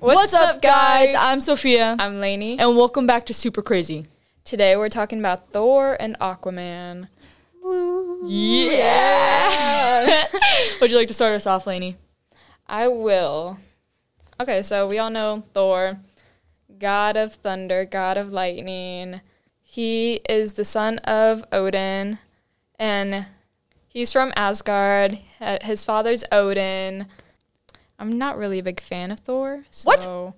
What's, up, guys? I'm Sophia, I'm Lainey. and welcome back to Super Crazy. Today we're talking about Thor and Aquaman. Woo. Yeah. Would you like to start us off, Lainey? I will. Okay, so we all know Thor, god of thunder, god of lightning. He is the son of Odin, and he's from Asgard. Uh, His father's Odin. I'm not really a big fan of Thor. So What?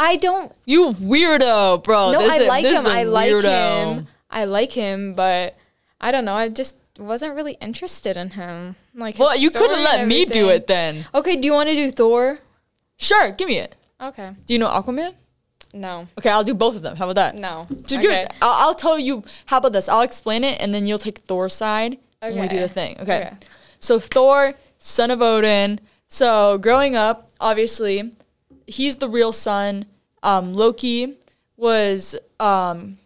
I don't. You weirdo, bro. no, Oh, This I is- like this him. is a I like weirdo. him. I like him, but I don't know. I just wasn't really interested in him. Like, his Well, you could story have and let me do everything. it then. Okay, do you want to do Thor? Sure, give me it. Okay. Do you know Aquaman? No. Okay, I'll do both of them. How about that? No. Just give okay. it. I'll, I'll tell you. How about this? I'll explain it, and then you'll take Thor's side when we do Okay. the thing. Okay. Okay. So Thor, son of Odin. So growing up, obviously, he's the real son. Um, Loki was um,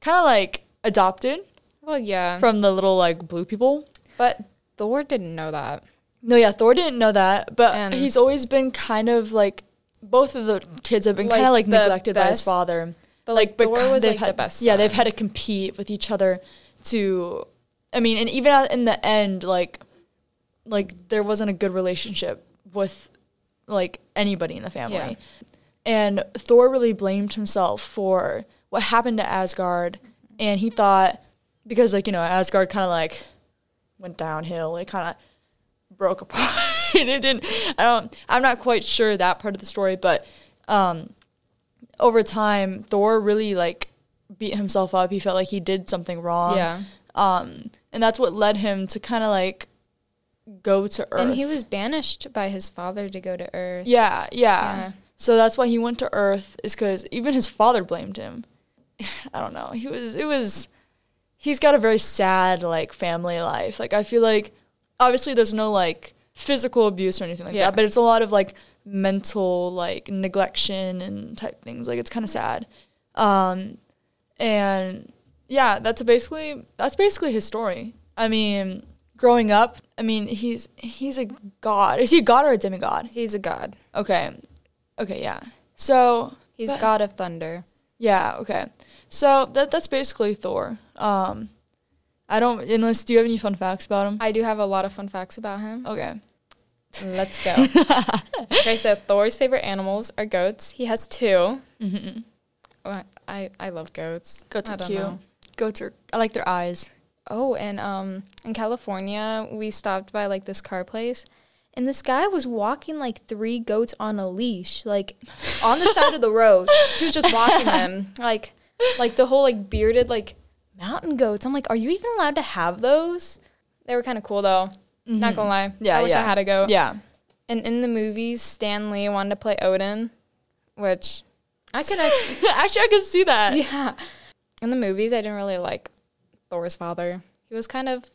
kind of like adopted Well, yeah. from the little like blue people. but Thor didn't know that. No, yeah, Thor didn't know that, but And- he's always been kind of like both of the kids have been Like, kind of like the neglected by his best- father. but, like, Thor beca- was, they've like, the had, best Yeah, they've son. had to compete with each other to. I mean, and even at- in the end, like, like there wasn't a good relationship with like anybody in the family, Yeah. and Thor really blamed himself for what happened to Asgard, and he thought because like you know Asgard kind of like went downhill, it kind of broke apart. it didn't. I don't. I'm not quite sure that part of the story, but um, over time, Thor really like beat himself up. He felt like he did something wrong. yeah. Um, and that's what led him to kind of like go to Earth. And he was banished by his father to go to Earth. Yeah, yeah. Yeah. So that's why he went to Earth is because even his father blamed him. I don't know. He was. It was. He's got a very sad like family life. Like I feel like obviously there's no like physical abuse or anything like Yeah. that, but it's a lot of like mental like neglection and type things. Like it's kind of sad. Um, and yeah, that's basically that's basically his story. I mean, growing up, I mean he's he's a god. Is he a god or a demigod? He's a god. Okay. Okay, yeah. So He's But- god of thunder. yeah, okay. So that that's basically Thor. Um I don't unless do you have any fun facts about him? I do have a lot of fun facts about him. Okay. Let's go. okay, so Thor's favorite animals are goats. He has two. Mm-hmm. Oh, I, I love goats. Goats I are don't cute. know. Goats are I like their eyes. Oh, and um, in California, we stopped by like this car place, and this guy was walking like three goats on a leash, like on the side of the road. He was just walking them, like, like the whole like bearded like mountain goats. I'm like, are you even allowed to have those? They were kind of cool though. Not gonna lie. Mm-hmm. Yeah, I wish I yeah. had a goat. Yeah. And in the movies, Stan Lee wanted to play Odin, which I could actually, Actually I could see that. yeah. In the movies, I didn't really like Thor's father. He was kind of, he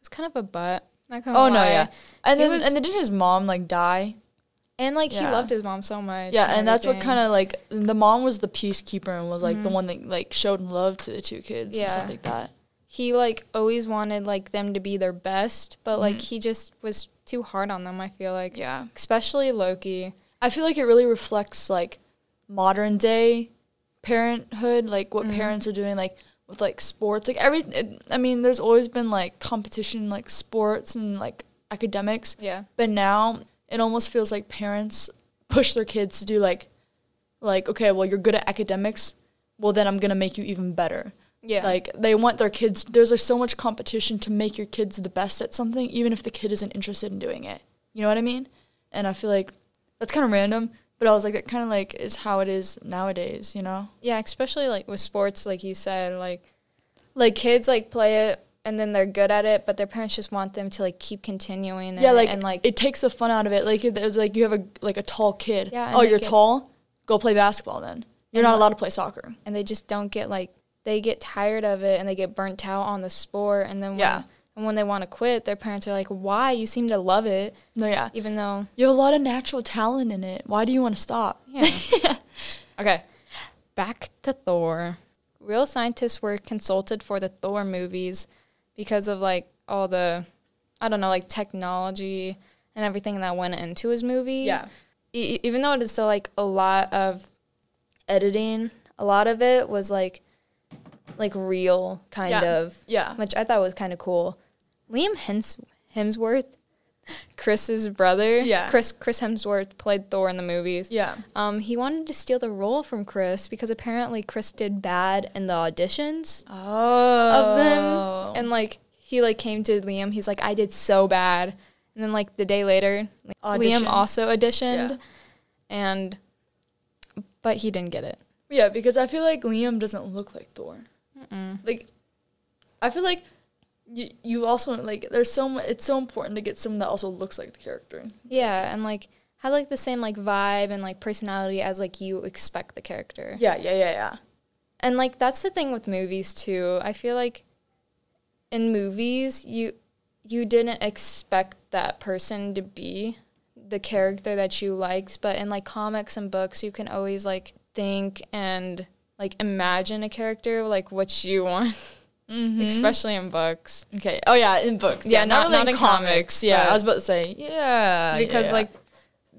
was kind of a butt. Not gonna Oh no, lie. yeah. And He then was- and then didn't his mom like die? And like he Yeah. loved his mom so much. Yeah, and that's what kind of like the mom was the peacekeeper and was like the one that like showed love to the two kids and Mm-hmm. Yeah. stuff like that. he like always wanted like them to be their best, but like he just was too hard on them. I feel like, Mm-hmm. Yeah. especially Loki. I feel like it really reflects like modern day parenthood, like what parents are doing, like with like sports, like every. It, I mean, there's always been like competition, like sports and like academics, Yeah, but now it almost feels like parents push their kids to do like, like okay, well you're good at academics, well then I'm gonna make you even better. yeah, Like they want their kids. There's like so much competition to make your kids the best at something, even if the kid isn't interested in doing it. You know what I mean? And I feel like that's kind of random, but I was like, that kind of like is how it is nowadays. You know? yeah, especially like with sports, like you said, like Like kids like play it and then they're good at it, but their parents just want them to like keep continuing. yeah, it like and like it takes the fun out of it. Like it- it's like you have a like a tall kid. Yeah, and oh, they you're get- tall. Go play basketball then. And You're not li- allowed to play soccer. and they just don't get like they get tired of it and they get burnt out on the sport and then when, Yeah. and when they want to quit their parents are like why you seem to love it No, yeah. even though You have a lot of natural talent in it. Why do you want to stop? yeah okay back to thor real scientists were consulted for the thor movies because of like all the i don't know like technology and everything that went into his movie e- even though it is still like a lot of editing, a lot of it was like like real kind Yeah. of, Yeah. which I thought was kind of cool. Liam Hems- Hemsworth, Chris's brother, Yeah. Chris Chris Hemsworth played Thor in the movies. Yeah. Um, he wanted to steal the role from Chris because apparently Chris did bad in the auditions Oh. of them, and like he like came to Liam. He's like, I did so bad, and then like the day later, like, Auditioned. Liam also auditioned, Yeah. and but he didn't get it. Yeah, because I feel like Liam doesn't look like Thor. Like, I feel like you you also like there's so much. It's so important to get someone that also looks like the character. Yeah, and like had like the same like vibe and like personality as like you expect the character. Yeah, yeah, yeah, yeah. And like that's the thing with movies too. I feel like in movies you you didn't expect that person to be the character that you liked, but in like comics and books you can always like think and like imagine a character like what you want. Especially in books. Okay. Oh yeah, in books. Yeah, not- not in comics, yeah, I but- was about to say. Uh, Yeah, Because yeah, yeah. like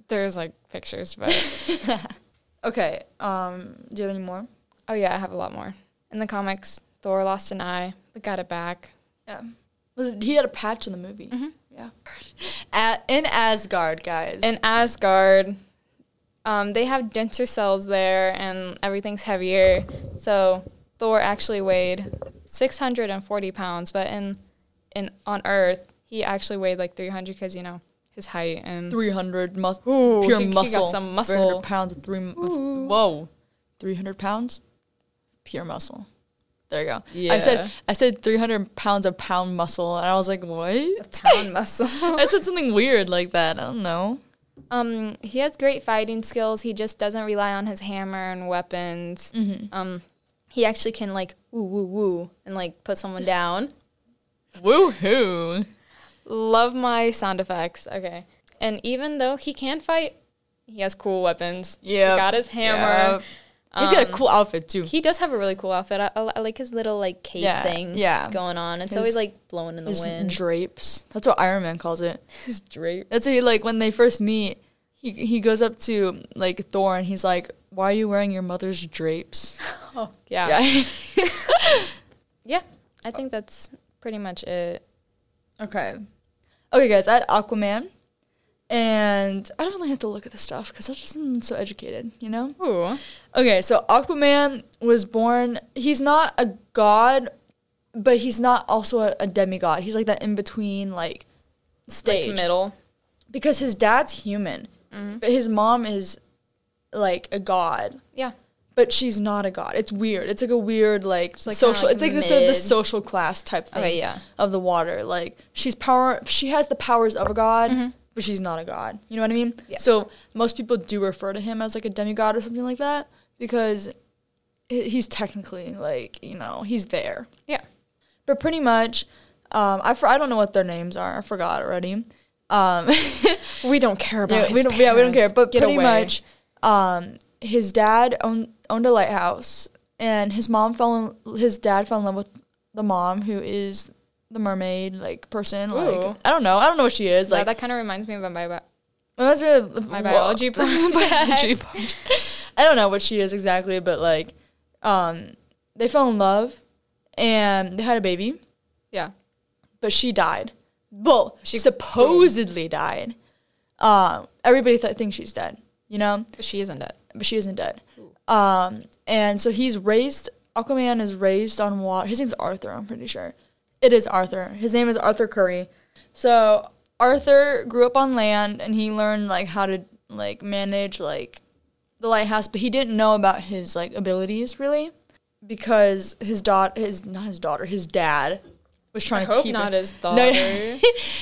there's like pictures, but okay. Um, do you have any more? oh yeah, I have a lot more. In the comics, Thor lost an eye, but got it back. Yeah. Well, He had a patch in the movie. Yeah. At, in Asgard, guys. in Asgard, um, they have denser cells there, and everything's heavier. So Thor actually weighed 640 pounds, but in in on Earth, he actually weighed like 300 because you know his height and 300 muscle. Mm. Ooh, pure he- he got muscle. some 300 muscle. pounds of three. of- whoa. 300 pounds? Pure muscle. There you go. I Yeah. said I said 300 pounds of pound muscle, and I was like, what? pound muscle. I said something weird like that. I don't know. Um, he has great fighting skills. He just doesn't rely on his hammer and weapons. Um, he actually can like woo woo woo and like put someone down. Woohoo. Love my sound effects. Okay. And even though he can fight, he has cool weapons. He Yep. got his hammer. Um, He's got a cool outfit, too. He does have a really cool outfit. I, I, I like his little like cape Yeah, thing yeah. going on. It's His- always like blowing in the His wind. drapes. That's what Iron Man calls it. his drape. That's it. Like when they first meet, he he goes up to like Thor and he's like, "Why are you wearing your mother's drapes?" Yeah. yeah. Oh, Yeah. I think that's pretty much it. okay. Okay, guys. I had Aquaman, and I don't really have to look at the stuff because I'm just mm, so educated, you know. Ooh. Okay, so Aquaman was born. He's not a god, but he's not also a, a demigod. He's like that in between, like stage. Like middle. Mm-hmm. because his dad's human, but his mom is like a god. Yeah. but she's not a god. It's weird. It's like a weird like, like, kinda social. like it's like this sort of the mid. social class type thing. Okay, yeah. Of the water, like she's power. She has the powers of a god, but she's not a god. You know what I mean? Yeah. So most people do refer to him as like a demigod or something like that because he- he's technically like you know he's there. Yeah. But pretty much, um, I for, I don't know what their names are. I forgot already. Um, We don't care about yeah, we don't, yeah, we don't care. But pretty much, um, his dad owned owned a lighthouse, and his mom fell. In, his dad fell in love with the mom, who is the mermaid like person. Like Ooh. I don't know. I don't know what she is. Like, like that kind of reminds me of my, bi- that's really my biology project. biology part. I don't know what she is exactly, but like, um, they fell in love, and they had a baby Yeah. but she died. Well, she She- supposedly died. Um, everybody th- thinks she's dead, you know, But she isn't it. but she isn't dead. Um, and so he's raised. Aquaman is raised on water. His name's Arthur. I'm pretty sure it is Arthur. His name is Arthur Curry. So Arthur grew up on land, and he learned like how to like manage like the lighthouse, but he didn't know about his like abilities really because his daughter, his not his daughter, his dad was trying to hope keep not it- his No,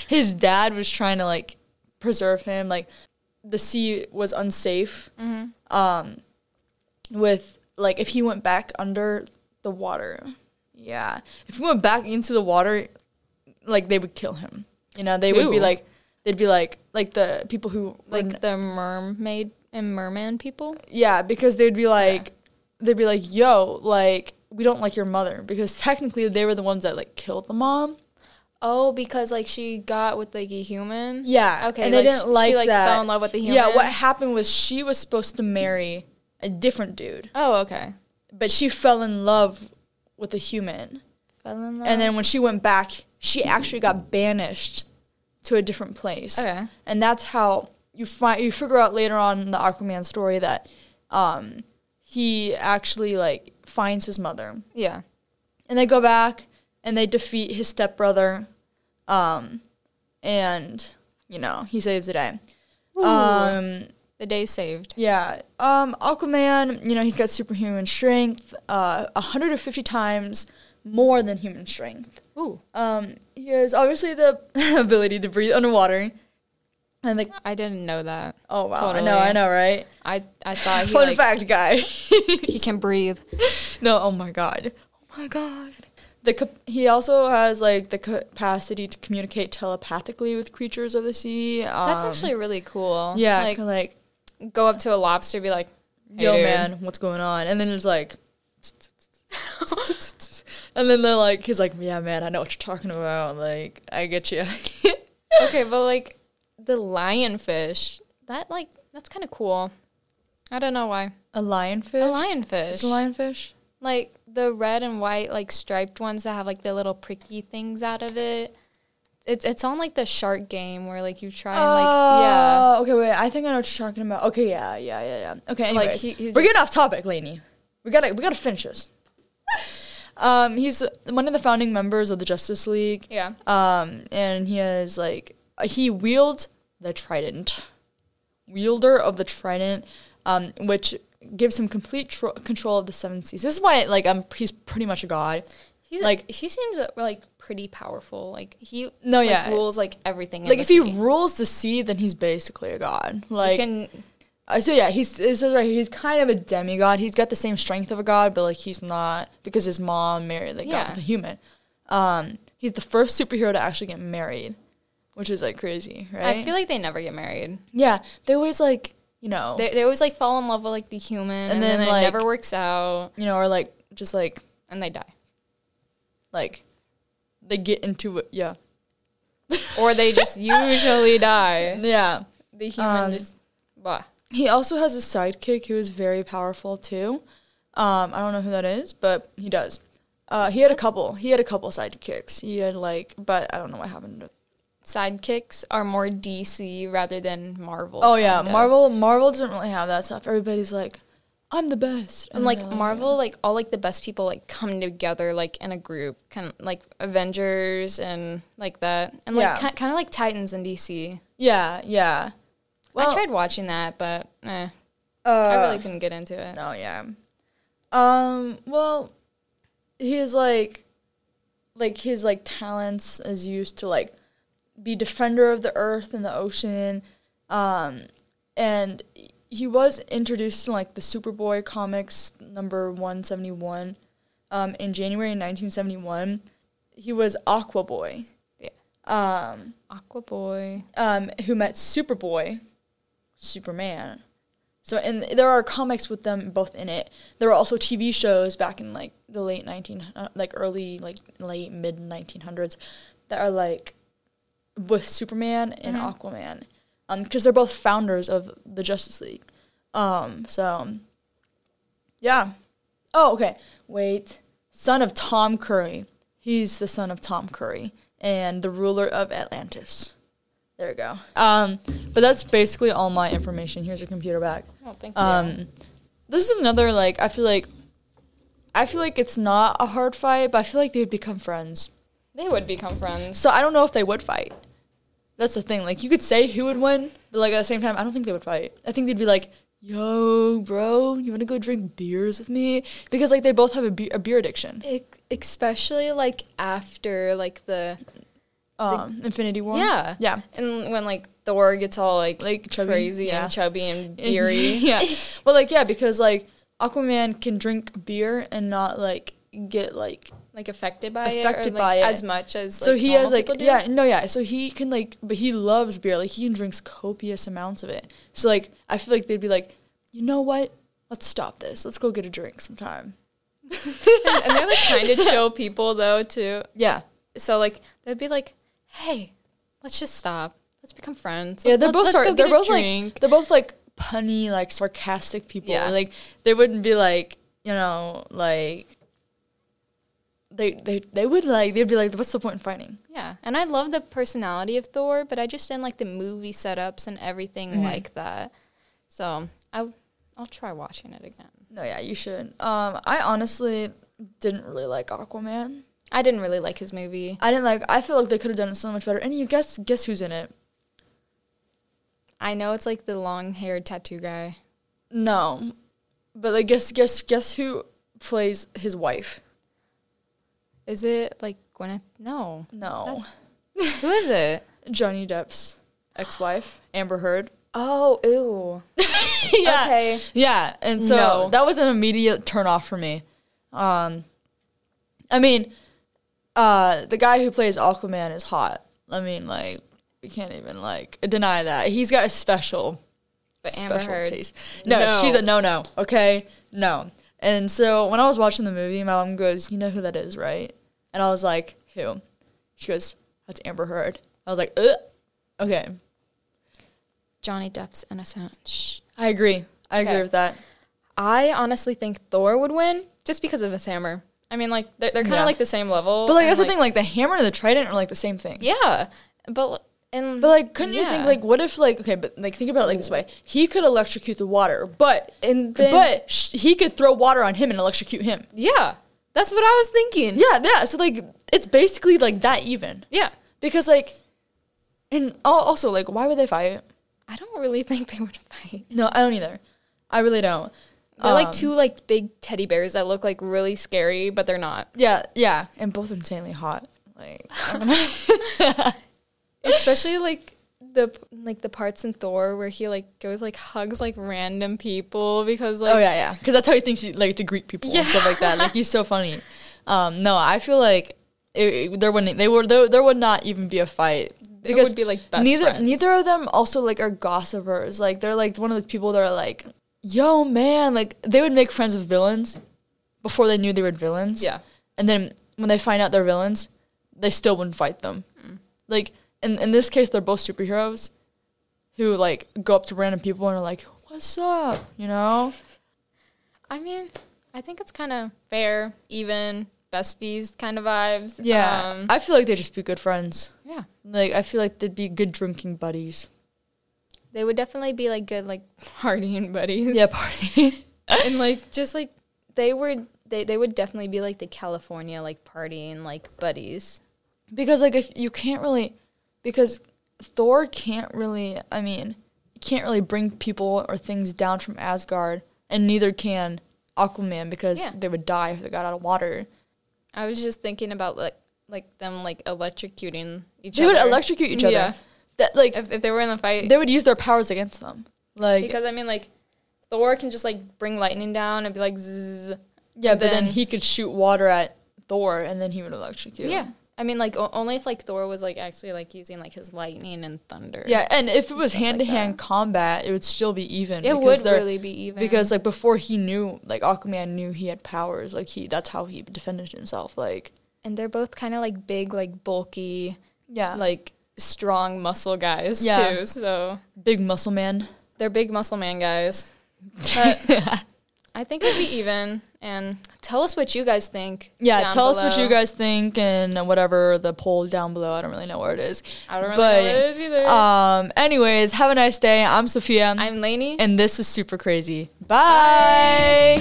his dad was trying to like preserve him. Like the sea was unsafe. Um, with like if he went back under the water, yeah, if he went back into the water, like they would kill him. You know, they would be Who? like, they'd be like, like the people who were Like the mermaid and merman people. yeah, because they'd be like, they'd be like, yo, like, we don't like your mother because technically they were the ones that like killed the mom. Oh, because like she got with like a human. Yeah. Okay, And they like, didn't she, like, like, that. fell in love with the Yeah. What human? happened was she was supposed to marry a different dude, Oh, okay. but she fell in love with a human. Fell in love. And then when she went back, she actually got banished to a different place. Okay. And that's how you find you figure out later on in the Aquaman story that um, he actually like finds his mother. yeah. and they go back and they defeat his stepbrother um and you know he saves the day um The day saved. yeah um aquaman you know he's got superhuman strength uh 150 times more than human strength Ooh, um he has obviously the ability to breathe underwater and like I didn't know that. oh wow Totally. i know i know right I I thought he fun like, fact guy he can breathe. No, oh my god. Oh my god. The cap- he also has like the capacity to communicate telepathically with creatures of the sea. Um, That's actually really cool. yeah, Like like, like go up to a lobster, be like, hey, yo dude. man, what's going on? And then it's like, and then they're like, he's like, yeah man, I know what you're talking about. Like I get you. Okay, but like the lionfish, that like that's kind of cool. I don't know why. a lionfish. A lionfish. It's a lionfish. Like the red and white like striped ones that have like the little pricky things out of it. It's it's on like the shark game where like you try and like yeah. Oh, Okay, wait. I think I know what you're talking about. Okay, yeah, yeah, yeah, yeah. Okay, Like, anyways, he- he's- we're getting off topic, Lainey. We gotta we gotta finish this. um, he's one of the founding members of the Justice League. Yeah. Um, and he has like uh, he wields the trident, wielder of the trident, um, which gives him complete tr- control of the seven seas. This is why like I'm he's pretty much a god. He's Like- like he seems uh, like pretty powerful. Like he No, like, yeah. rules like everything. Like in if the he sea. rules the sea, then he's basically a god. Like he can Uh, so yeah, he's it says right. here, He's kind of a demigod. He's got the same strength of a god, but like he's not because his mom married the Yeah. god, the human. Um, he's the first superhero to actually get married, which is like crazy, right? I feel like they never get married. yeah, they always like you know They, they always like fall in love with like the human, and, then, then, like- it never works out, you know or like just like and they die, like they get into it. Yeah, or they just usually die. yeah. The human Um, just blah. He also has a sidekick who is very powerful too. Um, I don't know who that is, but he does. Uh, he had a couple. He had a couple sidekicks. He had like, but I don't know what happened. Sidekicks are more DC rather than Marvel. Oh yeah, kind of. Marvel. Marvel doesn't really have that stuff. Everybody's like, I'm the best. And like they're Marvel, like all like the best people like come together like in a group, kind of like Avengers and like that, and like Yeah. ki kind of like Titans in DC. Yeah, yeah. Well- I tried watching that, but eh, Uh, I really couldn't get into it. Oh yeah. Um. Well, he's like, like his like talents is used to like be defender of the earth and the ocean, um, and he was introduced in like the Superboy comics number one seventy one, um, in January nineteen seventy one. He was Aqua Boy. Yeah. Um. Aqua Boy. um, who met Superboy, Superman. So, and there are comics with them both in it. There were also TV shows back in like the late nineteen, uh, like early, like late mid nineteen hundreds, that are like with Superman and Aquaman, Um because they're both founders of the Justice League. Um, so, yeah. Oh, okay. Wait. Son of Tom Curry. He's the son of Tom Curry and the ruler of Atlantis. There we go. Um, but that's basically all my information. Here's your computer back. I don't think. Um, this is another like I feel like, I feel like it's not a hard fight, but I feel like they would become friends. they would become friends. So I don't know if they would fight. That's the thing. Like you could say who would win, but like at the same time, I don't think they would fight. I think they'd be like, "Yo, bro, you want to go drink beers with me?" Because like they both have a, be- a beer addiction. especially like after like the Um, Infinity War. Yeah. Yeah. and when like Thor gets all like Like chubby, crazy yeah. and chubby and And- beery. yeah. Well, like yeah, because like Aquaman can drink beer and not like get like like affected by it, Affected or, like, by it. as much as so he normal has like people do? yeah no yeah so he can like but he loves beer like he can drinks copious amounts of it so like i feel like they'd be like you know what let's stop this let's go get a drink sometime and they're like kind of chill people though too yeah So like they'd be like, "Hey, let's just stop. Let's become friends. Yeah, they're Let- both let's sar- go they're get a both drink." like they're both like punny, like sarcastic people. Yeah. Like they wouldn't be like, you know, like they they they would like they'd be like, What's the point in fighting? yeah. And I love the personality of Thor, but I just didn't like the movie setups and everything like that. So I I'll try watching it again. No, yeah, you should. Um, I honestly didn't really like Aquaman. I didn't really like his movie. I didn't like I feel like they could have done it so much better. And you guess guess who's in it? I know it's like the long haired tattoo guy. No. But like guess guess guess who plays his wife? Is it like Gwyneth? No. No. Who is it? Johnny Depp's ex wife, Amber Heard. Oh, ooh. Yeah. Okay. Yeah, and so No. that was an immediate turnoff for me. Um, I mean, uh, the guy who plays Aquaman is hot. I mean, like we can't even like deny that he's got a special, But Amber special Heard. taste. No, No. she's a no no. Okay, no. And so when I was watching the movie, my mom goes, "You know who that is, right?" And I was like, "Who?" She goes, "That's Amber Heard." I was like, Ugh. "Okay, Johnny Depp's innocent. Shh. I agree. I Okay. agree with that." I honestly think Thor would win just because of his hammer. I mean, like they're, they're kind of Yeah. like the same level. But like and, that's the thing, like the hammer and the trident are like the same thing. Yeah, but and But like, couldn't you think yeah. like, what if like, okay, but like, think about it like this way: he could electrocute the water, but And then- but sh- he could throw water on him and electrocute him. yeah, that's what I was thinking. Yeah, yeah. So like, it's basically like that even yeah. because like, and al- also like, why would they fight? I don't really think they would fight. No, I don't either. I really don't. They're like Um, two like big teddy bears that look like really scary, but they're not. Yeah, yeah, and both insanely hot. Like, Especially like the like the parts in Thor where he like goes like hugs like random people because like oh yeah, yeah, because that's how he thinks he, like to greet people and stuff like that. Like he's so funny. Um, no, I feel like it, it- there wouldn't they were there, there would not even be a fight because would be, like, best neither friends. neither of them also like are gossipers. Like they're like one of those people that are like, yo man, like they would make friends with villains before they knew they were villains. Yeah. and then when they find out they're villains, they still wouldn't fight them. Mm. Like in in this case, they're both superheroes who like go up to random people and are like, "What's up?" You know. I mean, I think it's kind of fair, even besties kind of vibes. Yeah, Um, I feel like they'd just be good friends. yeah. Like I feel like they'd be good drinking buddies. They would definitely be like good like partying buddies. Yeah, party. and like just like they were they, they would definitely be like the California like partying like buddies. because like if you can't really, because Thor can't really. I mean, he can't really bring people or things down from Asgard, and neither can Aquaman because Yeah. they would die if they got out of water. I was just thinking about like like them like electrocuting each They other. would electrocute each other. Yeah. That like If, if they were in a fight. they would use their powers against them. Like because I mean like Thor can just like bring lightning down and be like zzz. yeah, but then, then- he could shoot water at Thor, and then he would electrocute. Yeah. I mean like o- only if like Thor was like actually like using like his lightning and thunder. Yeah, and if it was stuff like hand that. to hand combat, it would still be even. It because would they're- really be even. because like before he knew, like Aquaman knew he had powers. Like he, that's how he defended himself. Like and they're both kind of like big, like bulky, yeah, like like strong muscle guys Yeah. too. So big muscle man. they're big muscle man guys. But I think it'd be even. And tell us what you guys think. Yeah, down tell us what below. you guys think and whatever the poll down below. I don't really know where it is. I don't really know what it is either. Um. Anyways, have a nice day. I'm Sophia, I'm Lainey. and this is super crazy. Bye.